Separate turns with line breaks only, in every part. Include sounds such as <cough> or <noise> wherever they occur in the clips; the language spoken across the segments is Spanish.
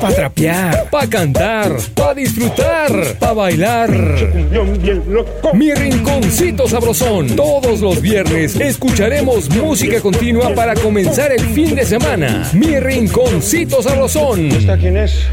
Para trapear, para cantar, para disfrutar, para bailar. Mi rinconcito sabrosón. Todos los viernes escucharemos música continua para comenzar el fin de semana. Mi rinconcito sabrosón.
¿Esta quién es?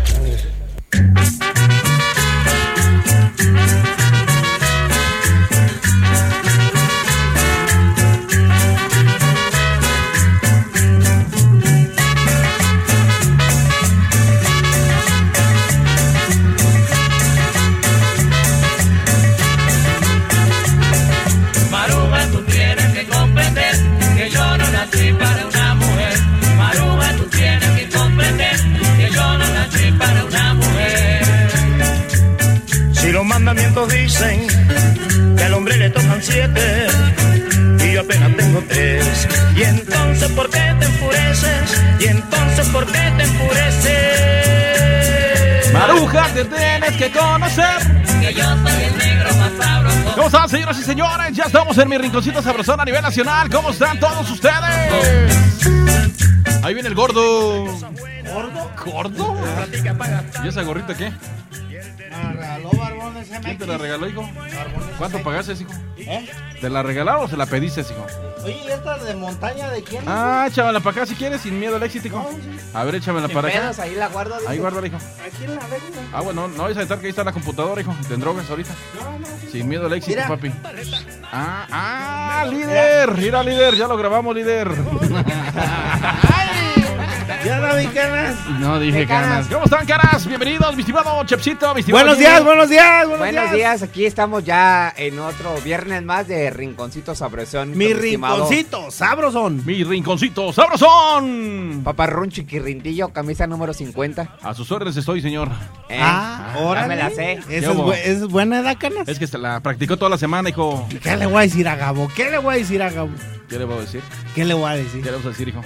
Maruma, tú tienes que comprender que yo no nací para una mujer. Maruma, tú tienes que comprender que yo no nací para una mujer.
Si los mandamientos dicen que al hombre le tocan siete y yo apenas tengo tres, y entonces ¿por qué te enfureces? Y entonces ¿por qué te enfureces?
Maruja, te tienes que conocer.
Que yo soy el negro más sabroso.
¿Cómo están, señoras y señores? Ya estamos en mi rinconcito sabrosón a nivel nacional. ¿Cómo están todos ustedes? Ahí viene el gordo. ¿Gordo? ¿Gordo? ¿Y esa gorrita qué?
Regaló Barbón ese
¿Quién te
MX.
la regaló, hijo? ¿Cuánto pagaste, hijo?
¿Eh?
¿Te la regalaron o se la pediste, hijo?
Oye, ¿y esta de montaña de quién?
Ah, échamela para acá si quieres, sin miedo al éxito, hijo. A ver, échamela para acá.
Pedos, ahí la guardo. dice.
Ahí guarda, hijo.
Aquí en la verga.
Ah, bueno, no vais a estar que ahí está la computadora, hijo. Te drogas ahorita. Sin miedo al éxito,
Mira.
papi. Ah, ah, líder. Mira, líder, ya lo grabamos, líder.
Ya no vi canas.
No dije
¿Qué caras?
caras. ¿Cómo están, caras? Bienvenidos, mi estimado Chepsito, mi estimado.
Buenos
Jimmy.
días, buenos días, buenos,
Buenos días, aquí estamos ya en otro viernes más de Rinconcito Sabrosón.
Mi
con estimado
rinconcito, sabrosón.
Mi rinconcito, sabrosón.
Paparrón Chiquirrindillo, camisa número 50.
A sus órdenes estoy, señor.
Eh,
Ah, ahora.
Ya me la sé.
Esa es,
hubo?
bu- esa es buena edad, canas.
Es que se la practicó toda la semana, hijo.
<laughs> ¿Qué le voy a decir a Gabo? ¿Qué le voy a decir a Gabo?
¿Qué le voy a decir?
¿Qué le voy a
¿Qué
decir?
le vamos a decir, hijo?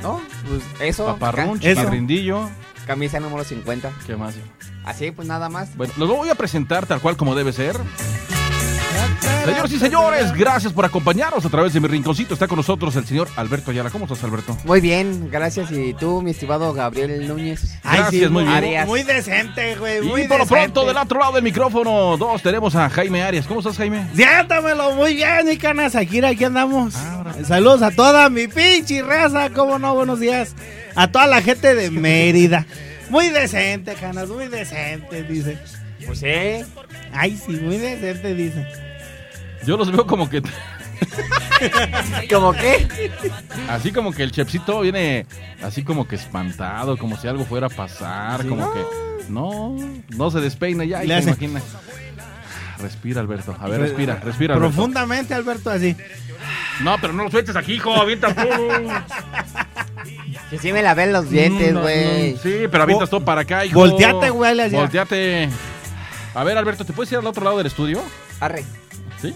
No, pues eso.
Paparrón,
Eso.
chiquirrindillo.
ca- camisa número 50.
¿Qué más, hijo?
Así, pues nada más.
Bueno, los voy a presentar tal cual como debe ser. Señoras y señores, gracias por acompañarnos a través de mi rinconcito. Está con nosotros el señor Alberto Ayala. ¿Cómo estás, Alberto?
Muy bien, gracias. Y tú, mi estimado Gabriel Núñez.
Ay,
Gracias, muy bien.
Arias.
Muy decente, güey. Muy
y por lo
decente.
pronto, del otro lado del micrófono, dos, tenemos a Jaime Arias. ¿Cómo estás, Jaime?
Siéntamelo muy bien, mi canas. Aquí, aquí andamos.
Ah, Ahora.
Saludos a toda mi pinche raza. ¿Cómo no? Buenos días. A toda la gente de Mérida. Muy decente, canas. Muy decente, dice.
Pues eh.
Ay, sí, muy decente,
<laughs>
dice.
Yo los veo como que,
¿Cómo qué?
así como que el chepsito viene así como que espantado, como si algo fuera a pasar, como que no, no se despeina ya.
Le
Y
hace-
se imagina. Respira, Alberto. A ver, respira, respira. Alberto.
Profundamente, Alberto, así.
No, pero no lo sueltes aquí, hijo, avientas todo.
Que sí me lavé los dientes,
Mm, No, no,
güey.
no. Sí, pero avientas
Vo-
todo para acá, hijo.
Volteate, güey, le hacía.
Volteate. A ver, Alberto, ¿te puedes ir al otro lado del estudio?
Arre.
<laughs>
Sí.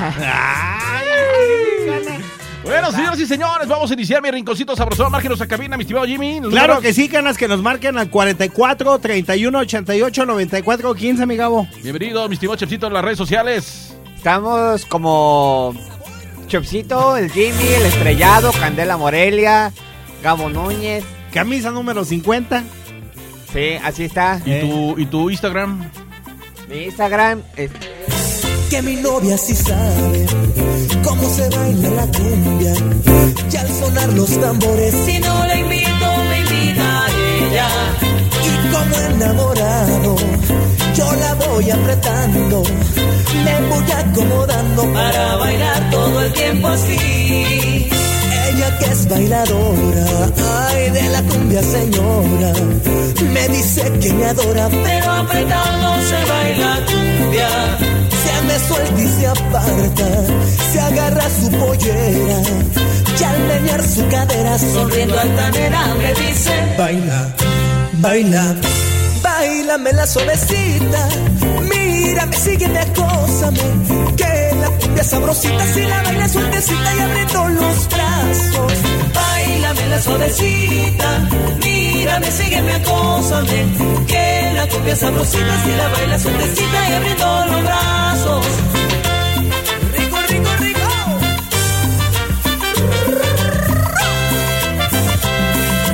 Ay, canas.
Bueno, señoras y señores, vamos a iniciar mi rinconcito sabrosón. Márquenos a cabina, mi estimado Jimmy. Los
Claro
números-
que sí, canas, que nos marquen al 44 31 88 94 15, mi Gabo.
Bienvenido, mi estimado Chepsito, en las redes sociales.
Estamos como Chopsito, el Jimmy, el Estrellado, Candela Morelia, Gabo Núñez.
Camisa número 50.
Sí, así está.
¿Y,
Eh.
tu, ¿Y tu Instagram?
Mi Instagram
Eh.
es
que mi novia sí sabe cómo se baila la cumbia. Y al sonar los tambores
Si no la invito, me invita a ella.
y como enamorado, yo la voy apretando, me voy acomodando para
Para bailar todo el tiempo así.
ella que es bailadora. Ay, de la cumbia señora, me dice que me adora,
Pero apretado se baila cumbia.
Se me suelta y se aparta, se agarra su pollera, y al menear su cadera sonriendo
Sonriendo
al
altanera me dice
Baila, Baila, bailame la suavecita. Mírame, sígueme, acósame. Que la cumbia sabrosita, si la baila sueltecita y abriendo los brazos.
Bailame la suavecita, mírame, sígueme, acósame. Que la cumbia sabrosita, si la baila sueltecita y abriendo los brazos. Rico, rico, rico.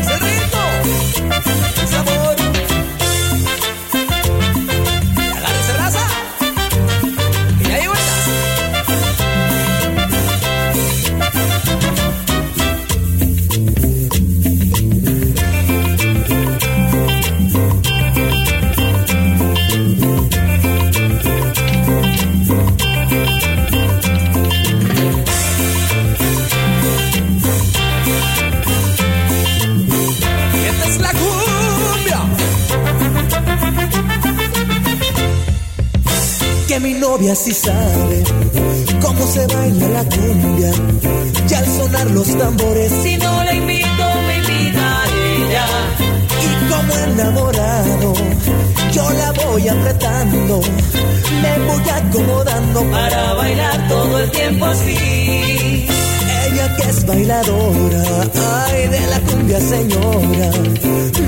Ese ritmo, el sabor. Agárrese, raza, que ya llegó el gas. Esta es la cumbia. Que mi novia sí sabe cómo se baila la cumbia. Y al sonar los tambores,
Si no la invito, me invita ella.
y como enamorado, yo la voy apretando. Me voy acomodando
Para bailar todo el tiempo así.
Ella que es bailadora, ay de la cumbia señora,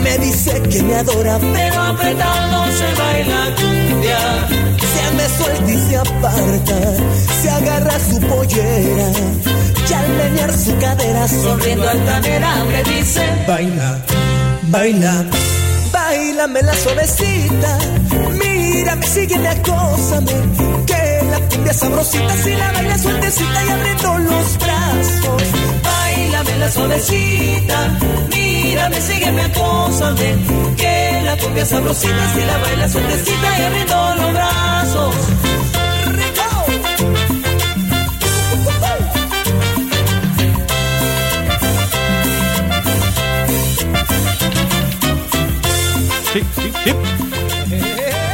me dice que me adora,
Pero apretado se baila cumbia.
se me suelta y se aparta, se agarra su pollera, y al menear su cadera
Sonriendo altanera me dice
Baila, baila, bailame la suavecita. Mírame, sígueme, acósame. Que la cumbia sabrosita, si la baila sueltecita y abriendo los brazos.
Bailame la suavecita, mírame, sígueme, acósame Que la cumbia sabrosita, si la baila sueltecita y abriendo los brazos ¡Rico!
Tip, tip, tip.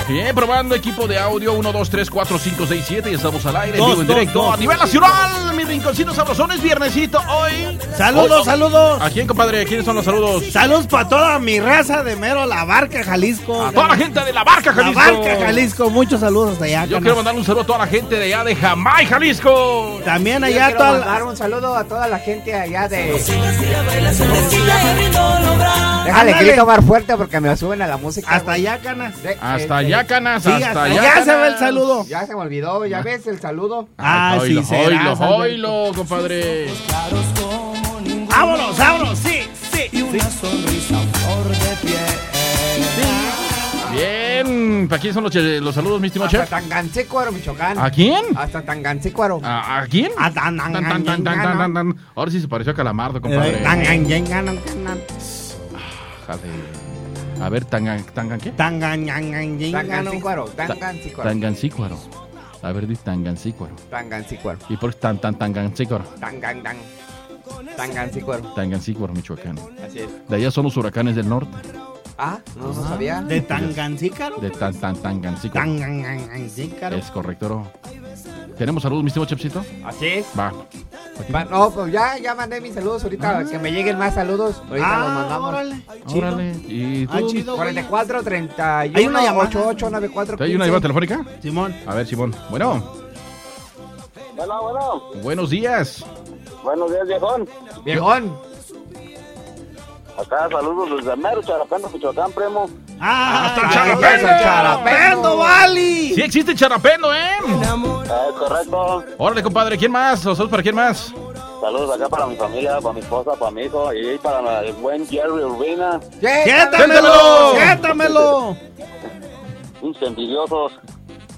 Bien, probando equipo de audio 1, 2, 3, 4, 5, 6, 7 y estamos al aire, en
Dos,
vivo en
dos,
directo
dos.
a nivel nacional. Mis rinconcitos sabrosones, viernesito hoy.
Saludos,
Hoy-
saludos.
¿A quién, compadre? ¿Quiénes son los saludos?
Saludos para toda mi raza de mero La Barca, Jalisco.
A toda la gente de la barca,
La
Jalisco.
Barca, Jalisco. Muchos saludos hasta allá.
Yo
carnal.
quiero mandarle un saludo a toda la gente de allá de Jamay, Jalisco.
También
Yo
allá
quiero
toda
mandar
la-
un saludo a toda la gente allá de.
Si la baila sueltecita y abriendo los brazos
Déjale
Ándale.
grito más fuerte porque me suben a la música.
hasta
güey.
allá, canas.
De-
Hasta
eh,
allá, canas,
Sí,
hasta
hasta
allá.
allá se ve el
canas.
saludo.
Ya se me olvidó, ya ves el saludo.
Ah,
Ay,
sí,
oílo,
será,
oílo,
Alberto.
oílo, compadre.
Vámonos, vámonos, sí, sí. sí.
Bien, ¿para quién son los, che- los saludos, mi estimado
Hasta
chef?
Tangancícuaro, Michoacán.
¿A quién?
Hasta Tangancícuaro.
¿A, a quién?
Ah, tan, tan,
Tan, tan, tan, tan, tan, tan. Ahora sí se pareció a Calamardo,
Eh,
compadre.
Tan, gan, gan, gan, gan, gan.
Jale. A ver, tangan, tangan qué?
Tan, gan, gan, gan, gan, gan.
Tangancícuaro, Tangancícuaro.
Tangancícuaro. A ver, di tangancícuaro.
Tangancícuaro.
¿Y por qué tan tan tangancícuaro?
Tangan, tan. Tangancícuaro.
Tangancícuaro, Michoacán.
Así es.
De allá son los huracanes del norte.
Ah, no lo sabía.
De tan gancícaro.
De tan tan tangancícuaro.
Tan, gan, gan, gancícaro.
Es correcto. oro. ¿Tenemos saludos, mi estimado chefcito?
Así es.
Va.
Va- No, pues ya, ya mandé mis saludos ahorita. Que me lleguen más saludos. Ahorita los
Ah,
mandamos.
órale. Chido.
Órale. ¿Y tú?
Ah, chido, güey.
44 31
Hay una llamada.
88 94
¿Te hay
15.
una llamada telefónica?
Simón.
A ver, Simón. Bueno,
Bueno, bueno.
buenos días.
Buenos días, viejón.
Viejón.
Acá saludos desde Mero, Charapendo, Michoacán, primo.
Ah,
Hasta el
ay,
charapendo.
hasta el charapendo, vale.
Sí existe charapendo, ¿eh?
Ah, Es correcto.
Órale, compadre. ¿Quién más? ¿Los saludos para quién más?
Saludos acá para mi familia, para mi esposa, para mi hijo y para el buen Jerry Urbina.
Quétamelo, quétamelo.
Unos envidiosos.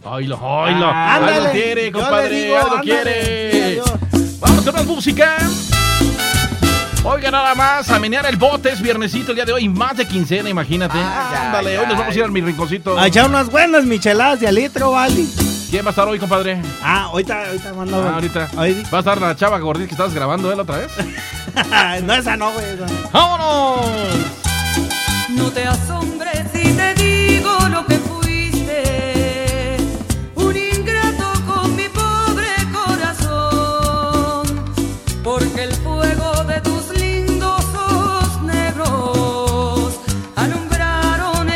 Oilo, oilo.
Ah, Ándale.
Algo quiere,
Yo le
compadre.
digo,
algo
ándale.
quiere.
Sí,
Vamos con más música. Oiga, nada más, a menear el bote es viernesito el día de hoy, más de quincena, imagínate.
Ay,
Ándale,
ay,
hoy nos vamos a ir
ay.
a mi rinconcito.
A echar unas buenas micheladas de alitro, vale.
¿Quién va a estar hoy, compadre?
Ah, ahorita, ahorita mando.
Ah, ahorita.
Ahí-
¿Va a estar la chava gordita que estabas grabando él otra vez?
<laughs> no, esa no, güey. esa no.
¡Vámonos!
No te asombres si te digo lo que fuiste, un ingrato con mi pobre corazón, porque el fuego de tus lindos ojos negros alumbraron.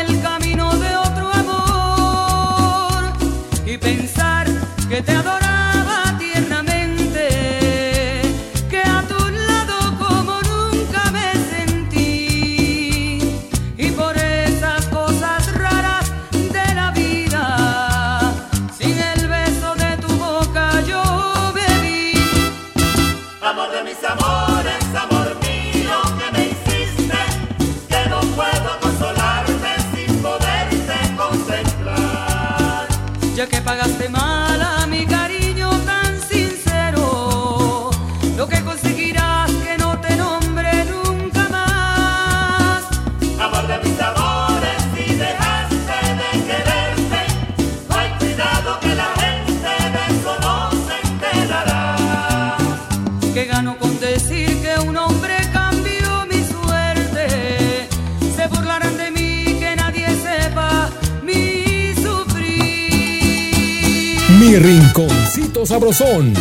pagaste mal a mi cariño tan sincero. Lo que conseguirás que no te nombre nunca más.
Amor de mis amores, si dejaste de quererme, hay cuidado que la gente de eso no se enterará.
Que gano con decir que un hombre cambió mi suerte. Se burlarán de mí que nadie sepa mi sufrir.
Mi rinconcito sabrosón.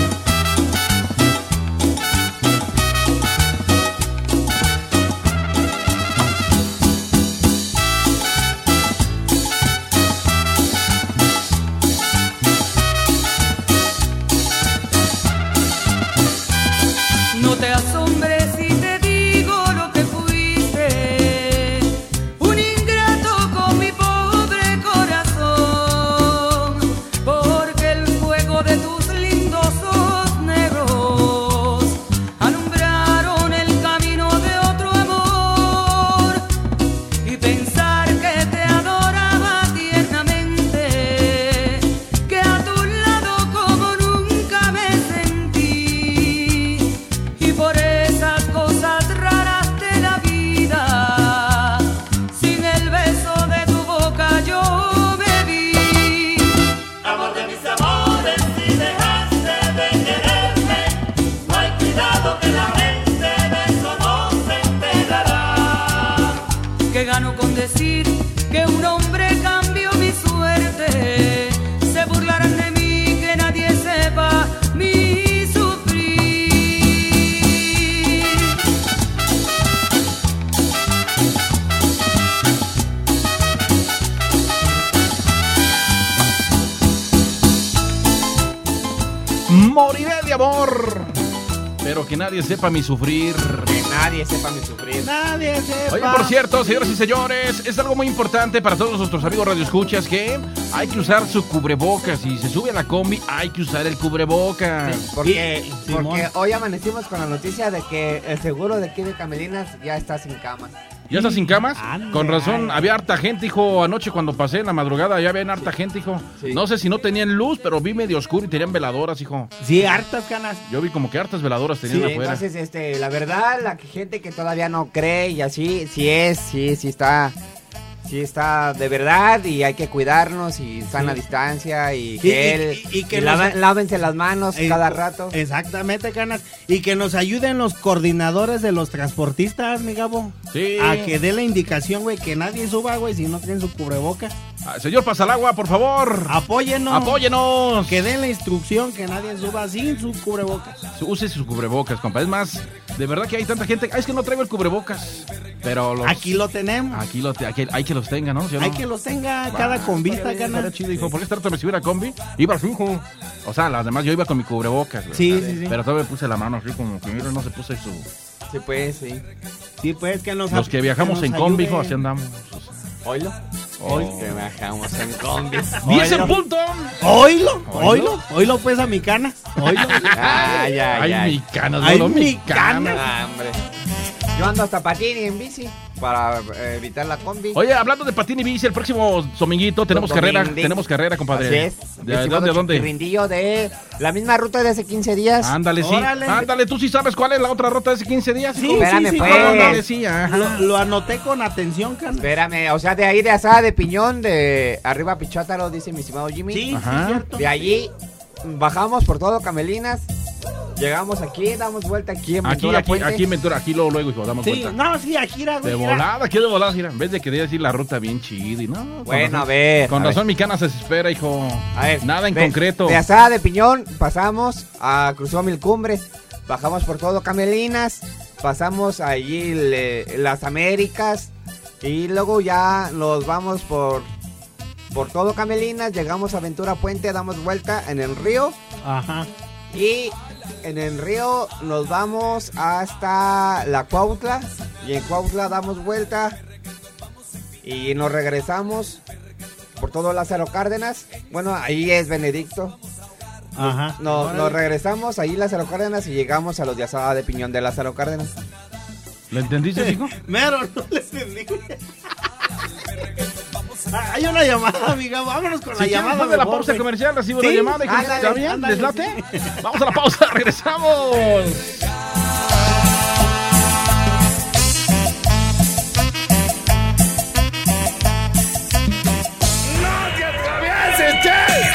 No te asombres si te digo lo que fuiste, un ingrato con mi pobre corazón, porque el fuego de tus lindos ojos negros alumbraron el camino de otro amor y pensar que te adoraba tiernamente, que a tu lado como nunca me sentí. Y por esas cosas raras de la vida, sin el beso de tu boca yo me vi.
Amor de mis amores, si dejaste de quererme, no hay cuidado que la gente de eso no se enterará.
Que gano con decir que un hombre cambió mi suerte. Se burlarán de mí que nadie sepa mi sufrir.
Moriré de amor. Pero que nadie sepa mi sufrir. Que
nadie sepa mi sufrir.
Nadie sepa.
Oye, por cierto, señoras y señores, es algo muy importante para todos nuestros amigos radioescuchas que hay que usar su cubrebocas. Si se sube a la combi, hay que usar el cubrebocas.
Porque, porque hoy amanecimos con la noticia de que el seguro de aquí de Camelinas ya está sin camas.
¿Ya estás sin camas? Con razón, había harta gente, hijo, anoche cuando pasé en la madrugada, ya habían harta gente, hijo. No sé si no tenían luz, pero vi medio oscuro y tenían veladoras, hijo.
Sí, hartas canas.
Yo vi como que hartas veladoras
Sí,
tenían afuera.
entonces, este, la verdad, la que- gente que todavía no cree y así, sí es, sí, sí está, sí está de verdad y hay que cuidarnos y sana distancia y
Sí, y-
gel
y- y que
lava-
nos-
lávense las manos
Eh,
cada rato.
Exactamente, canas. Y que nos ayuden los coordinadores de los transportistas, mi Gabo.
Sí.
A que dé la indicación, güey, que nadie suba, güey, si no tienen su cubreboca.
Ah, Señor Pasalagua, por favor.
Apóyenos.
Apóyenos.
Que den la instrucción que nadie suba sin su cubreboca.
Use su cubrebocas, compa. Es más, de verdad que hay tanta gente. "Ah, es que no traigo el cubrebocas. Pero los-
Aquí lo tenemos.
Aquí lo te- aquí- hay que los tenga, ¿no? ¿Sí o no?
Hay que los tenga
Va,
cada convista,
estaría bien,
canas.
estaría chido, hijo. Porque esta tarde me subí a la combi, iba así, hijo. O sea, las demás yo iba con mi cubrebocas. güey.
Sí, sí, sí.
Pero todavía me puse la mano así como que mira, no se puso su...
Sí, pues, sí.
Sí, pues, que nos
Los que viajamos en combi, hijo, así andamos. Oh.
¿Oilo?
Hoy.
Que bajamos en
<laughs>
combi.
¡Diez en
Oilo.
punto!
Oílo,
Oílo.
oílo, oílo pues a mi cana. <laughs> Oílo.
Ay, ay,
Ay,
ay.
mi canas,
Ay,
boludo,
mi canas.
Ah, hombre. Yo ando hasta patín y en bici para eh, evitar la combi.
Oye, hablando de patín y bici, el próximo dominguito tenemos carrera,
Domingo.
tenemos carrera, compadre.
Así es.
¿De,
Estimado
dónde, a dónde?
Chiquirrindillo de la misma ruta de hace 15 días.
Ándale, sí. Ah,
Órale.
Ándale, tú sí sabes cuál es la otra ruta de hace 15 días.
Sí,
hijo.
Espérame,
sí, sí,
pues.
cómo no.
Ándale, sí, ajá.
Lo, lo anoté con atención, canas.
Espérame, o sea, de ahí de Asada de Piñón, de arriba a Pichátaro, dice mi estimado Jimmy.
Sí,
Ajá.
sí, cierto.
De allí bajamos por todo Camelinas, llegamos aquí, damos vuelta aquí en
Aquí,
Ventura
aquí,
Puente.
aquí en Ventura, aquí luego, luego, hijo, damos
Sí,
cuenta.
no, sí, aquí era,
De
güey. era.
volada, aquí de volada, mira. En vez de que decir la ruta bien chida y no. con
Bueno,
razón-
a ver.
Con
a
razón mi cana se desespera, hijo.
ver, a ver,
Nada en
de-
concreto.
De Asada de Piñón pasamos a Cruzó Mil Cumbres, bajamos por todo Camelinas, pasamos allí le- las Américas y luego ya nos vamos por por todo Camelinas, llegamos a Ventura Puente, damos vuelta en el río.
Ajá.
Y en el río nos vamos hasta la Cuautla. Y en Cuautla damos vuelta. Y nos regresamos por todo Lázaro Cárdenas. Bueno, ahí es Benedicto.
Ajá.
No,
Órale.
nos regresamos ahí Lázaro Cárdenas y llegamos a los de Asada de Piñón de Lázaro Cárdenas.
¿Lo entendiste, hijo?
Mero, no les entendí. Hay una llamada, amiga. Vámonos con
Si
la
quieren,
llamada.
después de la
mejor,
pausa
güey.
comercial, recibo
Sí,
la llamada. y que-
ándale,
¿Está bien?
ándale,
¿Les late?
sí.
Vamos a la pausa, <laughs> regresamos.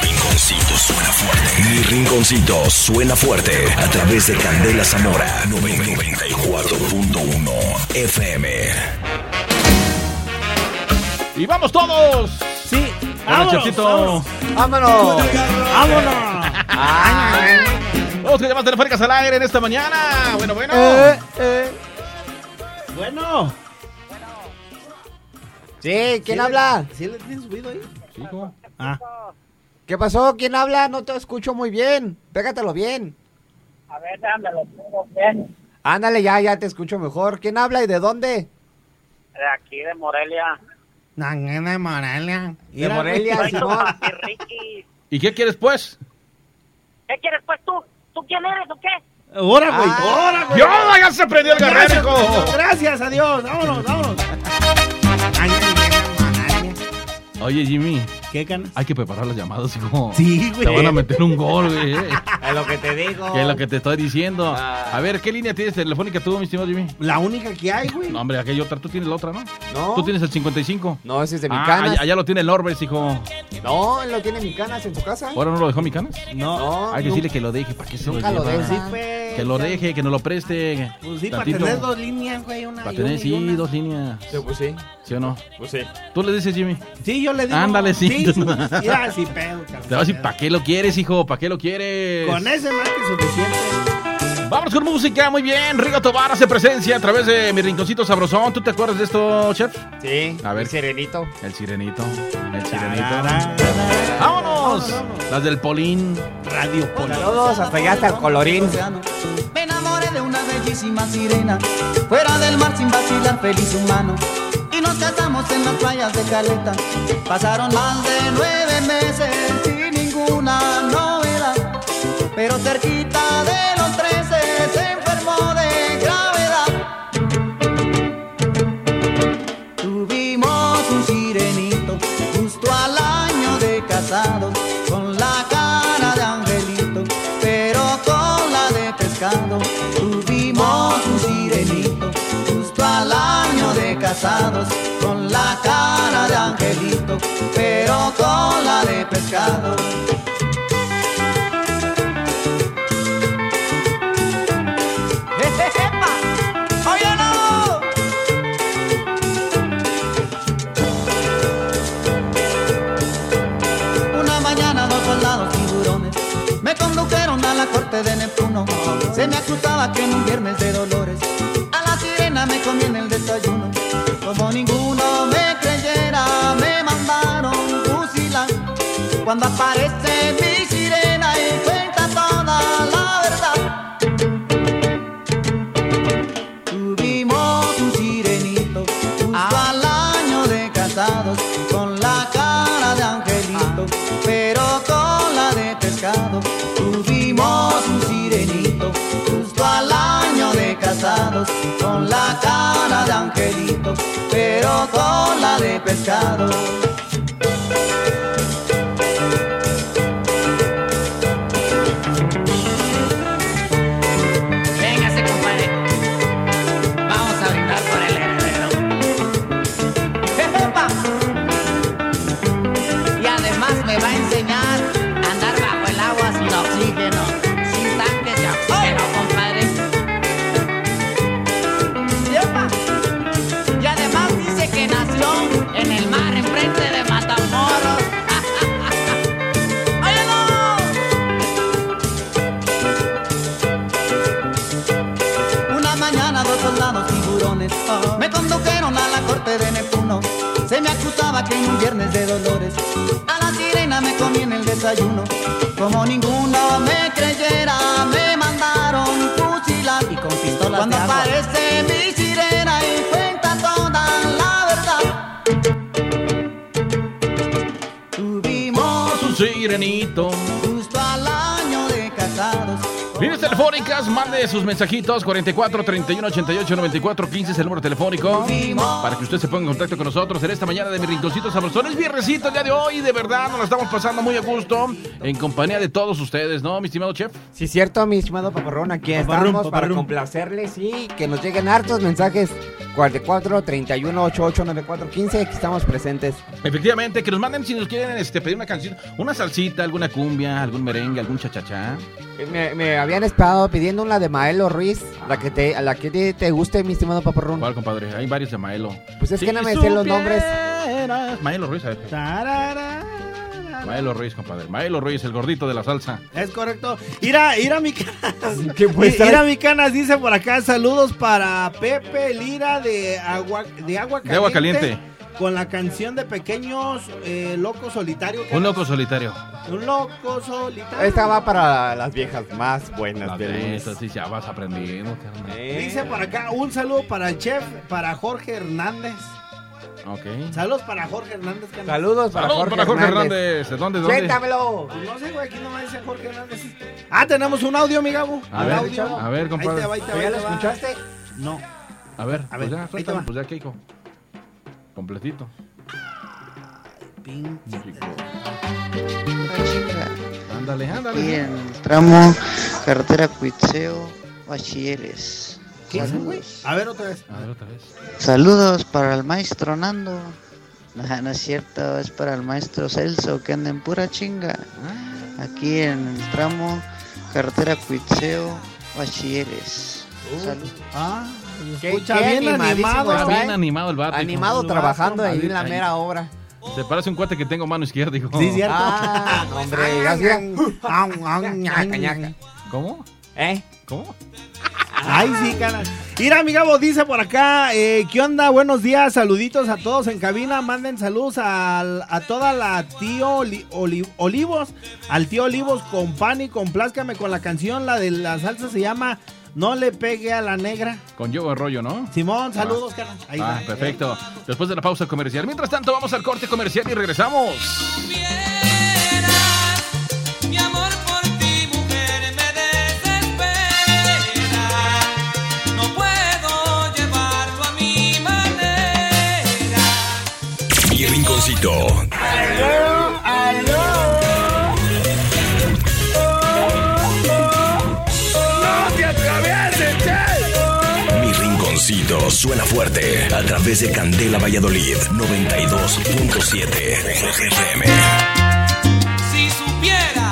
Rinconcito suena fuerte. Mi rinconcito suena fuerte. A través de Candela Zamora 94.1 FM.
Y vamos todos.
Sí,
vámonos,
Vámonos.
Vámonos.
Vámonos.
Vamos con llamadas telefónicas al aire en esta mañana. Bueno, bueno.
Eh, Bueno.
Sí,
¿Sí
¿quién
le-
habla?
¿Sí le tienes subido ahí?
Ah.
¿Qué pasó? ¿Quién habla? No te escucho muy bien. Pégatelo bien.
A ver, dámelo, tengo bien.
Ándale, ya, ya te escucho mejor. ¿Quién habla y de dónde?
De aquí, de Morelia.
Nangana de Morelia.
De Morelia,
Soy tu
Simón.
papi Ricky.
¿Y qué quieres, pues?
¿Qué quieres, pues, tú? ¿Tú quién eres o qué?
Ahora, güey.
Ah.
Ahora, güey.
¡Yo! ¡Ya se prendió el
Gracias,
guerrero!
Gracias a Dios. Vámonos, vámonos.
Oye, Jimmy.
¿Qué ganas?
Hay que preparar las llamadas, hijo.
Sí, güey.
Te van a meter un gol, güey.
<laughs>
eh.
Es lo que te digo.
Que es lo que te estoy diciendo. A ver, ¿qué línea tienes telefónica tú, mi estimado Jimmy?
La única que hay, güey.
No, hombre, aquí hay otra. Tú tienes la otra, ¿no?
No.
Tú tienes el 55.
No, ese es de
Ah,
Micanas.
allá, allá lo tiene el Orbes, hijo.
No, él lo tiene Micanas en su casa.
¿Ahora no lo dejó Micanas?
No.
Hay que decirle que lo deje, ¿para qué se lo
Nunca lo
lleva?
deja. Sí,
Que lo deje, que nos lo preste.
Pues sí, para
tantito.
tener dos líneas, güey. Una
Para
y
tener,
una y
sí,
una.
dos líneas.
Sí, pues sí.
¿Sí o no?
Pues sí.
¿Tú le dices, Jimmy?
Sí, yo le digo.
Ándale, sí. <laughs>
Sí, sí, mira, sí, pedo, cabrón.
Te vas a decir, ¿para qué lo quieres, hijo? ¿Para qué lo quieres?
Con ese más que suficiente.
Vamos con música, muy bien. Rigo Tobar hace presencia a través de mi rinconcito sabrosón. ¿Tú te acuerdas de esto, chef?
Sí.
A ver. El
sirenito.
El sirenito. El sirenito. ¡Vámonos! Las del Polín. Radio Polín.
Saludos hasta allá, hasta el colorín.
Me enamoré de una bellísima sirena, fuera del mar sin vacilar, feliz humano. Y nos casamos en las playas de Caleta. Pasaron más de nueve meses sin ninguna novedad. Pero cerquita de los trece se enfermó de gravedad. Tuvimos un sirenito justo al año de casados, con la cara de angelito, pero con la de pescado. Tuvimos un sirenito justo al año de casados, con la cara de angelito, pero con la de pescado. ¡Jejejepa! ¡Oye, no! Una mañana dos soldados tiburones me condujeron a la corte de Neptuno. Se me acusaba que en un viernes de dolores a la sirena me comí en el desayuno. Como ninguno me creyera, me mandaron fusilar. Cuando aparece mi sirena y cuenta toda la verdad. Tuvimos un sirenito justo al año de casados con la cara de angelito, pero con la de pescado. Tuvimos un sirenito justo al año de casados con la cara de angelito, pero con la de pescado.
Véngase, compadre. Vamos a brindar por el herrero.
¡Epa! Y además me va a enseñar a andar bajo el agua sin oxígeno, sin tanques de oxígeno, compadre. Y epa, Y además dice que nació en el mar enfrente de Matamoros. ¡Oye, no! Una mañana dos soldados tiburones me condujeron a la corte de Neptuno. Se me acusaba que en un viernes de dolores a la sirena me comí en el desayuno. Como ninguno me creyera, me mandaron fusilar. Y con pistolas Cuando
de agua.
aparece mi sirena y cuenta toda la verdad. Tuvimos
Vimos un sirenito.
justo al año de casados.
Líneas telefónicas, mande sus mensajitos 44 31 88 94 15 es el número telefónico para que usted se ponga en contacto con nosotros en esta mañana de mi rinconcito sabrosón. Es viernesito el día de hoy, de verdad nos la estamos pasando muy a gusto en compañía de todos ustedes, ¿no, mi estimado chef?
Sí, cierto, mi estimado paparrón, aquí
Paparrón,
estamos para
paparrón.
complacerles y que nos lleguen hartos mensajes 44 31 88 94 15, aquí estamos presentes.
Efectivamente, que nos manden si nos quieren este, pedir una canción, una salsita, alguna cumbia, algún merengue, algún chachachá.
Eh, Me, me habían estado pidiendo una de Maelo Ruiz, la que te, la que te, te guste, mi estimado paparrón.
¿Cuál, compadre? Hay varios de Maelo.
Pues es
Sí,
que no me sé los
supieras.
nombres.
Maelo Ruiz, a ver. Maelo Ruiz, compadre. Maelo Ruiz, el gordito de la salsa.
Es correcto. Ira, ira mi canas.
<laughs>
¿Qué
pues,
I- Ira
sabes?
mi canas dice por acá saludos para Pepe Lira de agua de agua caliente.
De Agua Caliente.
Con la canción de Pequeños eh, Loco Solitario.
Un loco solitario.
Un loco solitario.
Esta va para las viejas más
No,
buenas del
de
mundo.
eso sí ya vas aprendiendo, carnal.
Dice por acá un saludo para el chef, para Jorge Hernández.
Ok.
Saludos para Jorge Hernández. canas.
Saludos para Jorge, Hernández.
¿De dónde, dónde?
Cuéntamelo.
Pues no sé, güey, aquí nomás dice Jorge Hernández. Ah, tenemos un audio, mi Gabo.
A
Un
ver,
audio.
a ver,
Ahí
compadre.
te va, ahí te va,
¿Ya lo
ahí te va. Uh.
escuchaste?
No.
A ver,
ver,
pues ya,
ahí te
suéltalo,
va.
pues ya, Keiko. Completito. Ándale, ándale.
Y en el tramo carretera Cuitseo, Bachilleres.
¿Qué
Saludos.
dice, güey? A ver otra vez.
A ver otra vez.
Saludos para el maestro Nando. No, no es cierto, es para el maestro Celso que anda en pura chinga. Aquí en el tramo carretera Cuitseo, Bachilleres. Saludos.
Ah,
Escucha bien animado.
Está
¿eh?
bien animado el vato. hijo.
Animado trabajando ahí en la mera obra.
Se parece un cuate que tengo mano izquierda, hijo.
Sí, cierto.
Ah, no, hombre, ya sé. <laughs> Ñaca, ñaca.
¿Cómo?
¿Eh?
¿Cómo?
Ay, sí, canas. Mira, mi Gabo dice por acá, eh, ¿qué onda? Buenos días, saluditos a todos en cabina. Manden saludos al- a toda la tío Oli- Oli- Olivos, al tío Olivos con pan y complázcame con la canción. La de la salsa se llama No le pegue a la negra.
Con yo rollo, ¿no?
Simón, saludos, canas. Ahí
ah,
va.
perfecto. Después de la pausa comercial. Mientras tanto, vamos al corte comercial y regresamos.
Mi amor por ti, mujer, me desespera. No puedo llevarlo a mi manera.
Mi rinconcito.
Aló, aló. No te atravieses,
Mi rinconcito suena fuerte a través de Candela Valladolid 92.7 FM.
Si supiera.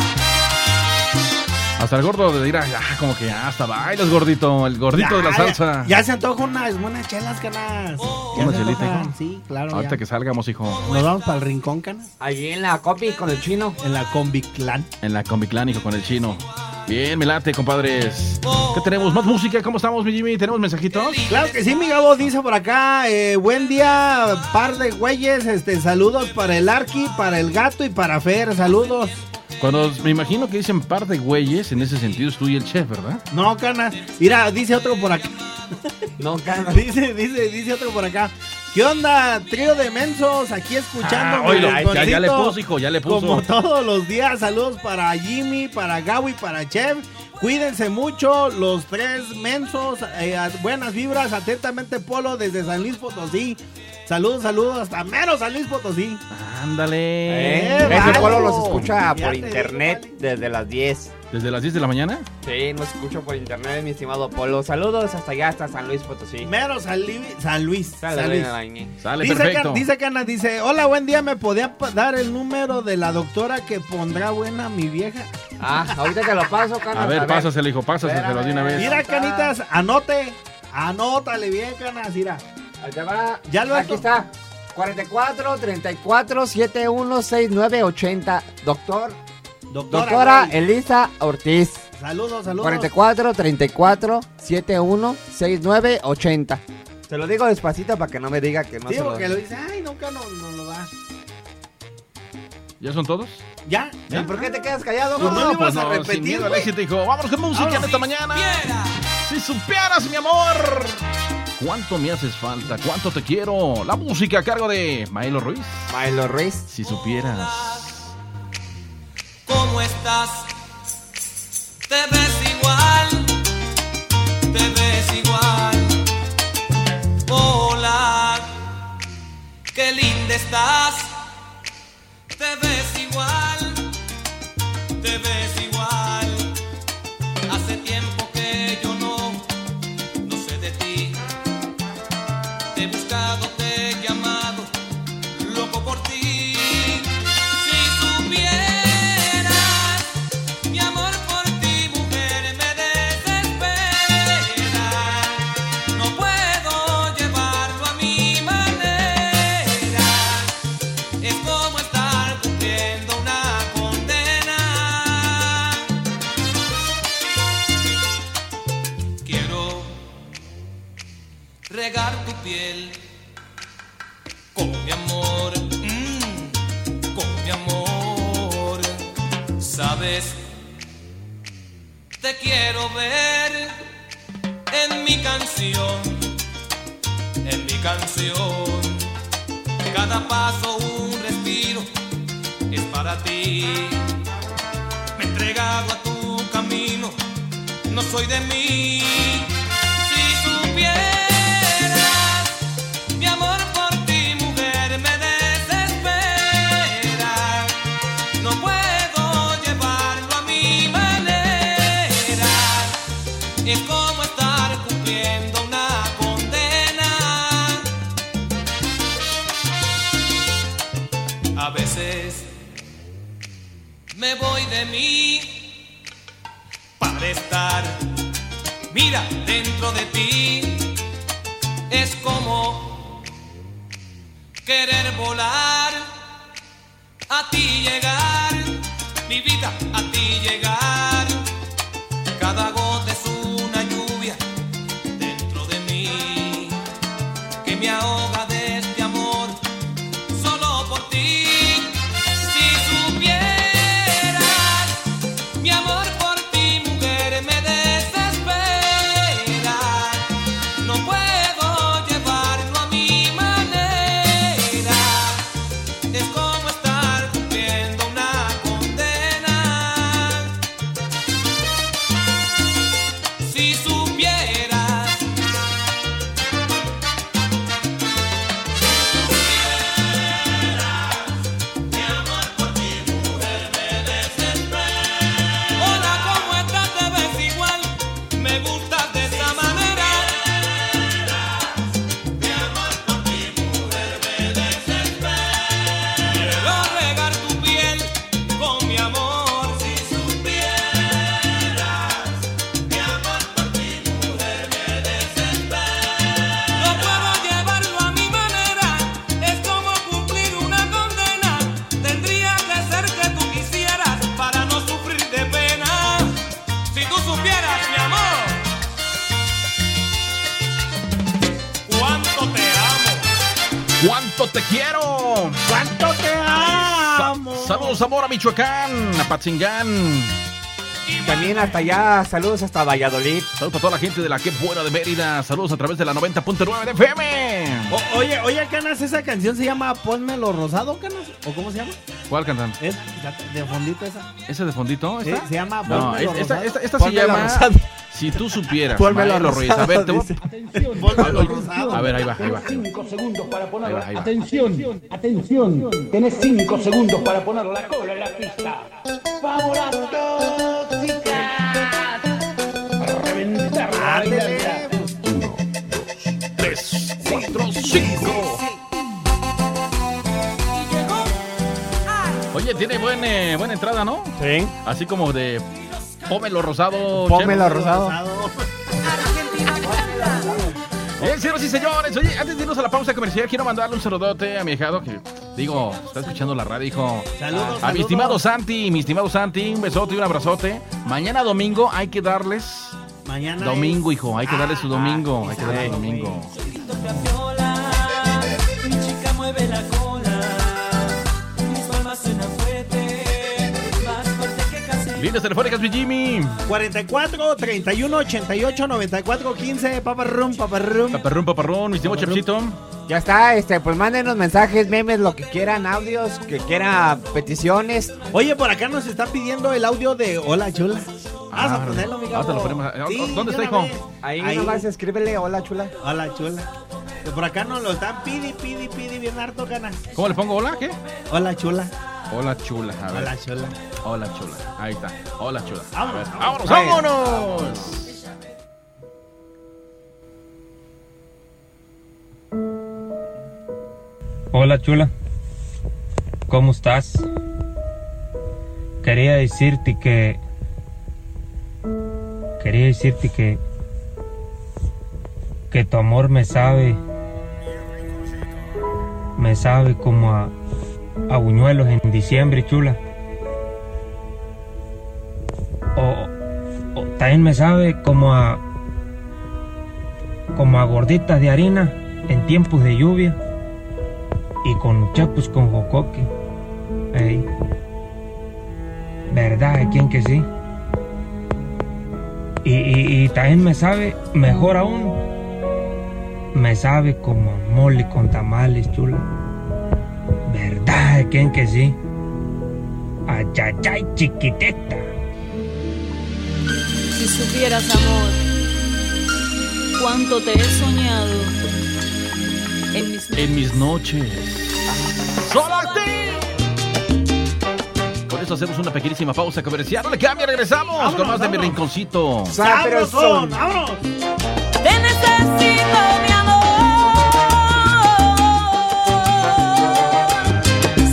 Hasta el gordo de dirá, ah, como que ya, hasta bailas, gordito. El gordito de la
Ah, Ya,
salsa.
Ya, se antoja unas buenas chelas, canas. Ya
Una
se
chelita,
antoja.
hijo.
Sí, claro.
Ahorita
ya.
que salgamos, hijo.
Nos vamos para el rincón, canas.
Allí en la copy con el chino.
En la combi clan.
En la Combiclán, hijo, con el chino. Bien, me late, compadres. ¿Qué tenemos? ¿Más música? ¿Cómo estamos, mi Jimmy? ¿Tenemos mensajitos?
Claro que sí, mi Gabo dice por acá, eh, buen día, par de güeyes, este, saludos para el Arqui, para el gato y para Fer, saludos.
Cuando me imagino que dicen par de güeyes, en ese sentido es tú y el chef, ¿verdad?
No, canas, mira, dice otro por acá.
No, canas.
<laughs> Dice, dice, dice otro por acá. ¿Qué onda, trío de mensos? Aquí escuchando.
Ah, oílo,
mi
ya, ya le
rinconcito.
puso, hijo, ya le puso.
Como todos los días, saludos para Jimmy, para Gabo y para Chef. Cuídense mucho, los tres mensos, eh, a- buenas vibras, atentamente Polo desde San Luis Potosí. Saludos, saludos, hasta menos San Luis Potosí.
Ándale.
Eh,
Ese
vago.
pueblo los escucha
Ya
por
te digo,
internet desde las 10.
¿Desde las 10 de la mañana?
Sí, nos escucho por internet, mi estimado Polo. Saludos hasta allá, hasta San Luis Potosí.
Mero San, Luis, San Luis.
Sale,
San Luis.
Alain.
Sale,
Dice,
perfecto.
Can- dice Cana, dice, hola, buen día, ¿me podía pa- dar el número de la doctora que pondrá buena a mi vieja?
Ah, ahorita te lo paso, Canas.
A ver, pásaselo, hijo, pásaselo de una vez.
Mira, Canitas, anote, anótale bien, Canas, mira.
Ahí te va.
Ya lo
Aquí está. 44 34 71 69 80. Doctor.
Doctora,
Doctora
eh,
güey.
Elisa Ortiz.
Saludos, saludos.
44 34 71 69 80. Te lo digo despacito para que no me diga que no
Sí,
se lo-
porque lo dice, ay, nunca nos no lo da.
¿Ya son todos?
¿Ya?
¿Ya?
¿Y por qué te quedas callado?
Pues
gordo?
pues no, sin miedo al éxito, hijo. Vámonos con música en esta mañana. Si supieras, mi amor. ¿Cuánto me haces falta? ¿Cuánto te quiero? La música a cargo de Maelo Ruiz.
Maelo Ruiz.
Si supieras.
¿Cómo estás? Te ves igual.
dónde estás. Te ves igual, te ves igual. Hace tiempo que yo no, no sé de ti. Te he buscado, te he llamado, loco por ti. Si supieras, mi amor por ti, mujer, me desespera. No puedo llevarlo a mi manera. Es como estar cumpliendo una condena. Quiero regar tu piel con mi amor, mm, con mi amor. Sabes, te quiero ver en mi canción, en mi canción. Cada paso, un respiro es para ti. Me he entregado a tu camino, no soy de mí. Si supieras, mi amor por ti, mujer, me desespera. No puedo llevarlo a mi manera. Es como estar cumpliendo una condena. A veces me voy de mí para estar, mira, dentro de ti. Es como querer volar, a ti llegar, mi vida, a ti llegar. Cada gota es una lluvia dentro de mí que me ahoga de este amor solo por ti. Si supieras, mi amor por ti, mujer, me desespera. No puedo llevarlo a mi manera. Es como estar cumpliendo una condena. Si supieras. Hola, ¿cómo estás? Te ves igual. Me gustas de esa manera. Mi amor por ti, mujer, me desespera. Quiero regar tu piel con mi amor. Si supieras, mi amor por ti, mujer, me desespera. No puedo llevarlo a mi manera. Es como cumplir una condena. Tendría que ser que tú quisieras para no sufrir de pena. Si tú supieras, mi amor, cuánto te amo.
¿Cuánto te quiero? ¿Cuánto te amo? saludos, amor, a Michoacán, a Patzingán.
También hasta allá, saludos hasta Valladolid.
Saludos a toda la gente de la que buena de Mérida. Saludos a través de la 90.9 de FM.
O- oye, oye, Canas, esa canción se llama Pónmelo Rosado, Canas, o cómo se llama?
¿Cuál cantan?
Es de fondito esa.
¿Ese de fondito?
Sí,
¿Esta?
se llama
No,
Pónmelo
es- esta,
Rosado.
esta- esta se
Pónmelo
llama
Rosado.
Si tú supieras.
Pónmelo
Maelo Reyes. A ver, te voy-
Pónmelo
Oye,
Rosado.
A ver, ahí va, ahí va.
Cinco segundos para
Ahí va, ahí va.
Atención, atención. Tenés cinco segundos para poner la cola en la pista. Vamos las tóxicas. A reventar la vida.
Tres, cuatro, cinco. Oye, tiene buen, eh, buena entrada, ¿no?
Sí.
Así como de Pómelo Rosado.
Pómelo
Chelo.
rosado.
Bien, señoras y señores, oye, antes de irnos a la pausa comercial, quiero mandarle un saludote a mi hijado que, digo, está escuchando la radio, hijo.
Saludos,
a, a
saludos.
mi estimado Santi, mi estimado Santi, un besote y un abrazote. Mañana domingo hay que darles.
Mañana Ah,
Domingo, hijo, hay que darles su domingo. hay que darles su domingo.
Mi chica mueve la cola. Mis palmas suenan fuerte. Más fuerte que casi.
Líneas telefónicas, mi Jimmy.
44 31 88 94 15 paparrum paparrum
paparrum paparrum mi estimado Chepsito
Ya está, este, pues mándenos mensajes, memes, lo que quieran, audios, que quiera peticiones.
Oye, por acá nos está pidiendo el audio de Hola Chula. Vas a
Ah,
ponerlo, mi
ahorita lo ponemos. ¿Dónde está, hijo?
Ahí,
Ahí.
nomás escríbele, hola chula.
Hola Chula. Por acá nos lo están pidi, pidi, pidi, bien harto, canas.
¿Cómo le pongo hola? ¿Qué?
Hola, chula.
Hola, chula. A ver.
Hola, chula.
Hola, chula. Ahí está. Hola, chula. A ver,
Vámonos,
Vámonos,
vámonos.
vámonos.
Hola chula, ¿cómo estás? Quería decirte que... Quería decirte que... Que tu amor me sabe... Me sabe como a... A buñuelos en diciembre, chula.
Oh.
O, o también me sabe como a... Como a gorditas de harina en tiempos de lluvia y con chapus con jocoque. Ey. ¿Verdad? ¿Quién que sí? Y, y, y también me sabe, mejor aún, me sabe como mole con tamales, chula. ¿Verdad? ¿Quién que sí? Achachay chiquiteta.
Si supieras, amor, cuánto te he soñado en mis
En mis noches. ¡Solo a ti! Con esto hacemos una pequeñísima pausa comercial. No le cambia, regresamos con más de mi rinconcito.
¡Sabrosón! ¡Vámonos!
Te necesito, mi amor.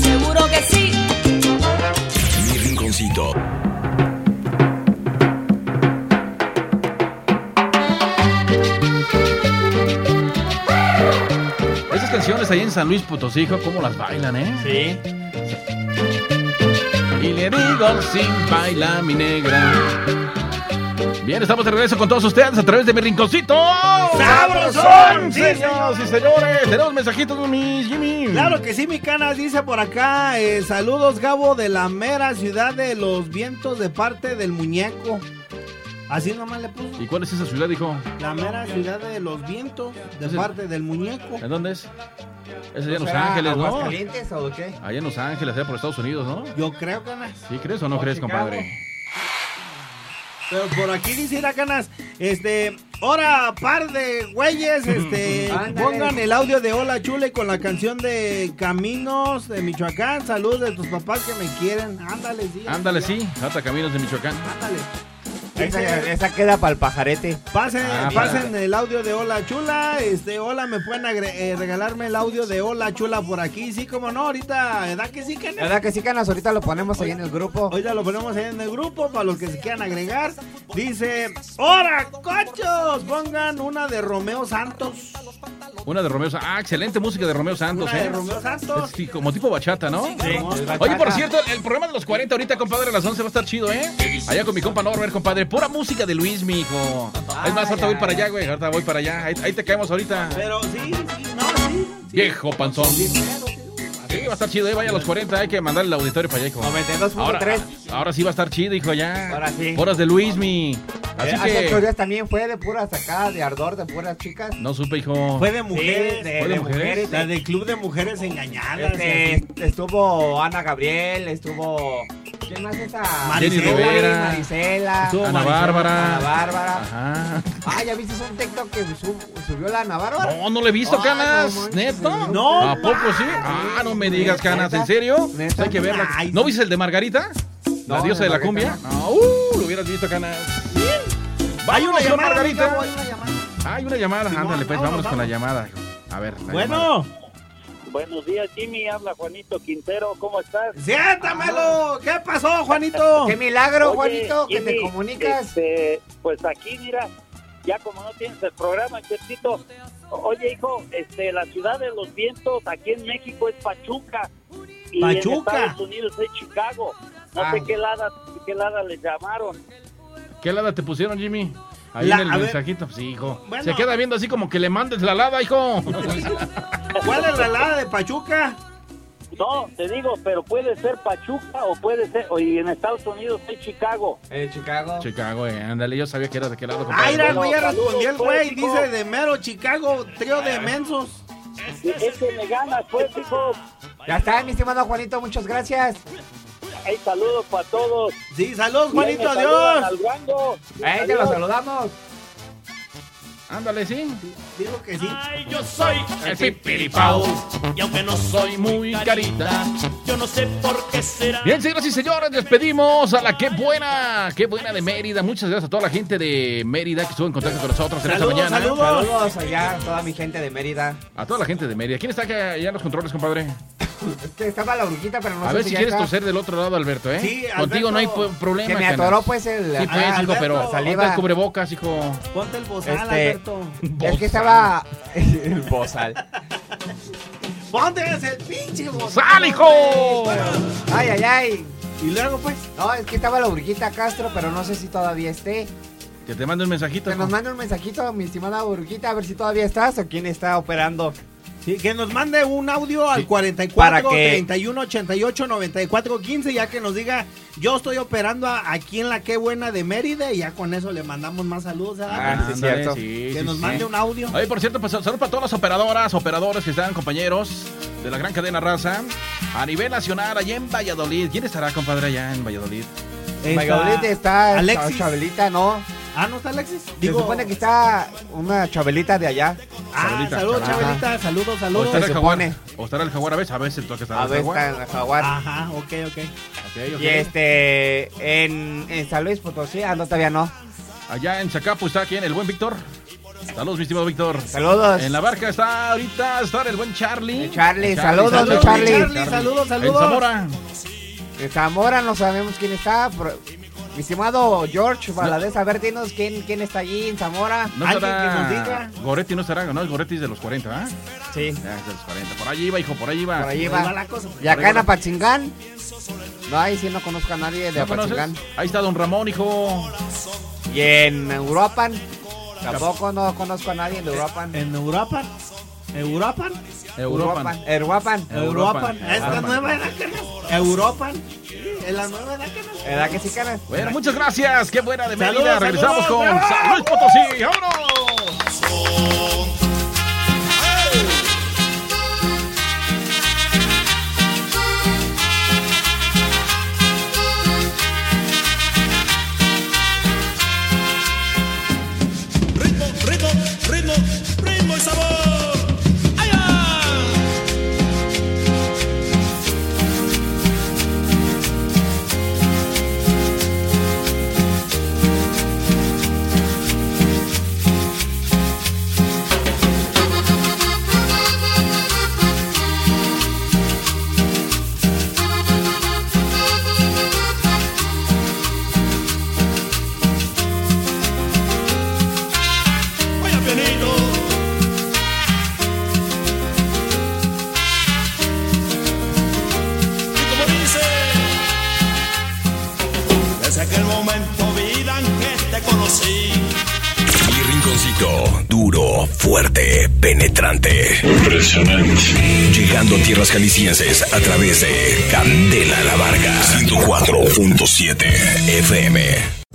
Seguro que sí.
Mi rinconcito.
Esas canciones ahí en San Luis Potosí, hijo, cómo las bailan, ¿eh? Sí. Y le digo sin baila mi negra. Bien, estamos de regreso con todos ustedes a través de mi rinconcito.
¡Sabrosón!
Sí,
Sí,
señores y señores. Tenemos mensajitos, mi Jimmy.
Claro que sí, mi canas dice por acá. eh, saludos, Gabo, de la mera ciudad de los vientos de parte del muñeco. Así nomás le puso.
¿Y cuál es esa ciudad, hijo?
La mera ciudad de los vientos de
Ese-
parte del muñeco.
¿En dónde es? Es allá en Los
¿Será
Ángeles, ¿no?
¿Aguascalientes o qué?
Allá en Los Ángeles, allá por Estados Unidos, ¿no?
Yo creo, canas.
¿Sí crees o no
O
crees,
Chicago.
compadre?
Pero por aquí dice la canas, este, ahora par de güeyes,
<laughs>
este,
Ándale.
pongan el audio de Hola Chule con la canción de Caminos de Michoacán, saludos de tus papás que me quieren, Ah, ándale, sí.
Ándale, sí. Hasta Caminos de Michoacán.
Ándale.
Esa,
Dice,
esa queda para el pajarete.
Pasen,
Ah,
pasen el audio de Hola Chula, este, hola, me pueden agre- eh, regalarme el audio de Hola Chula por aquí, sí, como no, ahorita, ¿verdad que sí,
La
canas?
verdad que sí, Canas, ahorita lo ponemos ahí en el grupo.
Ahorita lo ponemos ahí en el grupo para los que se quieran agregar. Dice, ¡Hora, cochos! Pongan una de Romeo Santos.
Una de Romeo Santos. Ah, excelente música de Romeo Santos,
Una
¿eh?
de Romeo Santos.
Es ti- como tipo bachata, ¿no?
como bachata.
Oye, por cierto, el programa de los 40 ahorita, compadre, a las 11 va a estar chido, ¿eh? Allá con mi compa Norbert, compadre. Pura música de Luis, mijo. Es más, ahorita voy para allá, güey. Ahorita voy para allá. Ahí, ahí te caemos ahorita.
Pero sí, sí, no, sí.
Viejo panzón. Sí, va a estar chido, ¿eh? Vaya a los 40, hay que mandar el auditorio para allá, hijo. Ahora,
92.3.
ahora sí va a estar chido, hijo, ya.
Ahora sí.
Horas de Luis, mi.
Eh,
Así
Hace ocho
que...
días también fue de puras sacadas, de ardor, de puras chicas.
No supe, hijo.
Fue de
de-
mujeres. fue eh, de,
de
mujeres.
mujeres.
La del Club de Mujeres Engañadas.
Este,
y así.
estuvo Ana Gabriel, estuvo. ¿Quién más esa?
Jenny Rivera.
Marisela.
Estuvo Ana Bárbara.
Ana Ah, Bárbara.
Ajá.
Ah, ya viste un TikTok que sub- subió la Ana Bárbara.
No, no le he visto,
Ay,
Canas.
Ah, no manches.
¿Neta?
No,
¿A poco sí? Ah, no me digas, Canas. ¿En serio?
¿Neta?
Hay que verla.
Ay,
¿No viste el de Margarita? La
No,
diosa de la
Margarita
cumbia. No, uh, lo hubieras visto, Canas.
Hay una
Vámonos con
llamada,
Margarita.
amigo, hay una llamada.
Hay una llamada.
Simón,
Ándale, pues,
vámonos,
vámonos con la llamada. A ver. la llamada.
Bueno,
Buenos días, Jimmy. Habla Juanito Quintero. ¿Cómo estás?
siéntamelo. ¿Qué pasó, Juanito?
Qué milagro,
Oye,
Juanito, que te
Jimmy,
comunicas.
este, pues aquí, mira, ya como no tienes el programa, Chercito. Oye, hijo, este, la ciudad de los vientos aquí en México es Pachuca. Y
Pachuca.
en Estados Unidos es Chicago. No
Ah.
sé qué lada, qué lada les llamaron.
¿Qué lada te pusieron, Jimmy? Ahí
La-
en el
a ver.
mensajito. Sí, hijo.
Bueno.
Se queda viendo así como que le mandes la lada, hijo.
<laughs> ¿Cuál
<laughs>
es la helada de Pachuca?
No, te digo, pero puede ser Pachuca o puede ser, o- y en Estados Unidos es Chicago.
Eh, Chicago.
Chicago, eh. Ándale, yo sabía que era de qué lado. compadre.
Ay, mira, güey, ya
Saludos,
respondió el güey.
pues, hijo.
Dice de mero Chicago, trío de mensos.
Es que Este, me ganas, pues, hijo.
Ya está, mi estimado Juanito, muchas gracias.
Hey, saludos para todos.
Sí, saludos,
Y ahí me
Juanito,
Este, saludan
Eh,
adiós.
al Wango.
Ahí te lo
Adiós.
saludamos.
Ándale, sí.
Digo que sí.
Ay, yo soy el pipiripao. Y aunque no soy muy carita, yo no sé por qué será.
Bien, señoras y señores, despedimos a la que buena, qué buena de Mérida. Muchas gracias a toda la gente de Mérida que estuvo en contacto con nosotros en esta
Saludos,
mañana.
saludos. Saludos allá a toda mi gente de Mérida.
A toda la gente de Mérida. ¿Quién está acá allá en los controles, compadre?
Es que estaba la brujita, pero no
a
sé
ver si
ya
quieres
está.
toser del otro lado, Alberto, ¿eh?
Sí,
Contigo
Alberto,
no hay po- problema.
que me
carnal.
atoró, pues, el-
Sí, pues,
Ah,
hijo,
Alberto,
pero
saliva.
ponte el cubrebocas, hijo.
<laughs>
Ponte el bozal,
Este,
Alberto.
Es que estaba.
<laughs>
el bozal.
Ponte el pinche bozal.
¡Sal,
hijo!
Ay, ay, ay.
Y luego, pues.
No, es que estaba la Burguita Castro, pero no sé si todavía esté.
Que te mande un mensajito.
Que nos mande un mensajito, mi estimada Burguita, a ver si todavía estás o quién está operando.
Sí, que nos mande un audio al 44
¿Para qué?
31 88 94 15, ya que nos diga, yo estoy operando a- aquí en la Qué Buena de Mérida, y ya con eso le mandamos más saludos. ¿verdad?
Ah,
Ándale,
que nos
sí,
mande
sí.
un audio.
Oye, por cierto, pues saludos para todas las operadoras, operadores que están, compañeros de la gran cadena raza. A nivel nacional, allá en Valladolid. ¿Quién estará, compadre, allá en Valladolid?
En Valladolid está
Alexis.
Alexis. Chabelita, ¿no?
Ah, ¿no está Alexis?
Se supone que está una Chabelita de allá.
Ah,
Chabelita.
saludos,
Ajá.
Chabelita, saludos,
O
saludos.
estará el
se
jaguar.
supone.
O estará el jaguar a veces. A veces toca estar
A ver, está en Jaguar.
Ajá, Ah, ok, ok.
Ok, ok.
Y este, en, en San Luis Potosí, ah, no, todavía no.
Allá en Zacapu está aquí en el buen Víctor. Saludos, mi estimado Víctor.
Saludos.
En la barca está ahorita está el buen Charlie.
Charlie, saludos, mi Charlie. Charlie, saludos, saludos.
En Zamora.
En Zamora no sabemos quién está. pero- mi estimado George Valadez, a ver, dinos quién, quién está allí en Zamora.
No
Alguien
estará-
que nos diga.
Goretti no estará, no, el Goretti es de los 40, ¿ah?
Sí.
es de los 40. Por allí va, hijo, por allí va.
Por allí
va
va.
la cosa.
Y acá en
Por ahí va.
Apachingán. No, ahí sí no conozco a nadie de
¿No conoces?
Apachingán.
Ahí está Don Ramón, hijo.
Y en Uruapan. Tampoco no conozco a nadie de Uruapan.
¿En Europa? ¿Europa?
Uruapan. Uruapan.
Europa. Esta nueva edad Europa. Es la nueva edad
¿Verdad que sí, cara?
Bueno, muchas gracias. Qué buena de
Saludos,
Mérida. Regresamos
saludos,
con
bravo.
San Luis Potosí. ¡Vámonos!
Ritmo, ritmo, ritmo, ritmo y sabor. ¡Ay, va! Vaya pianito. Y como dice, desde aquel momento vida en que te conocí.
Mi rinconcito, duro, fuerte, penetrante. Impresionante. Llegando a tierras jaliscienses a través de Candela la Varga. 104.7 FM.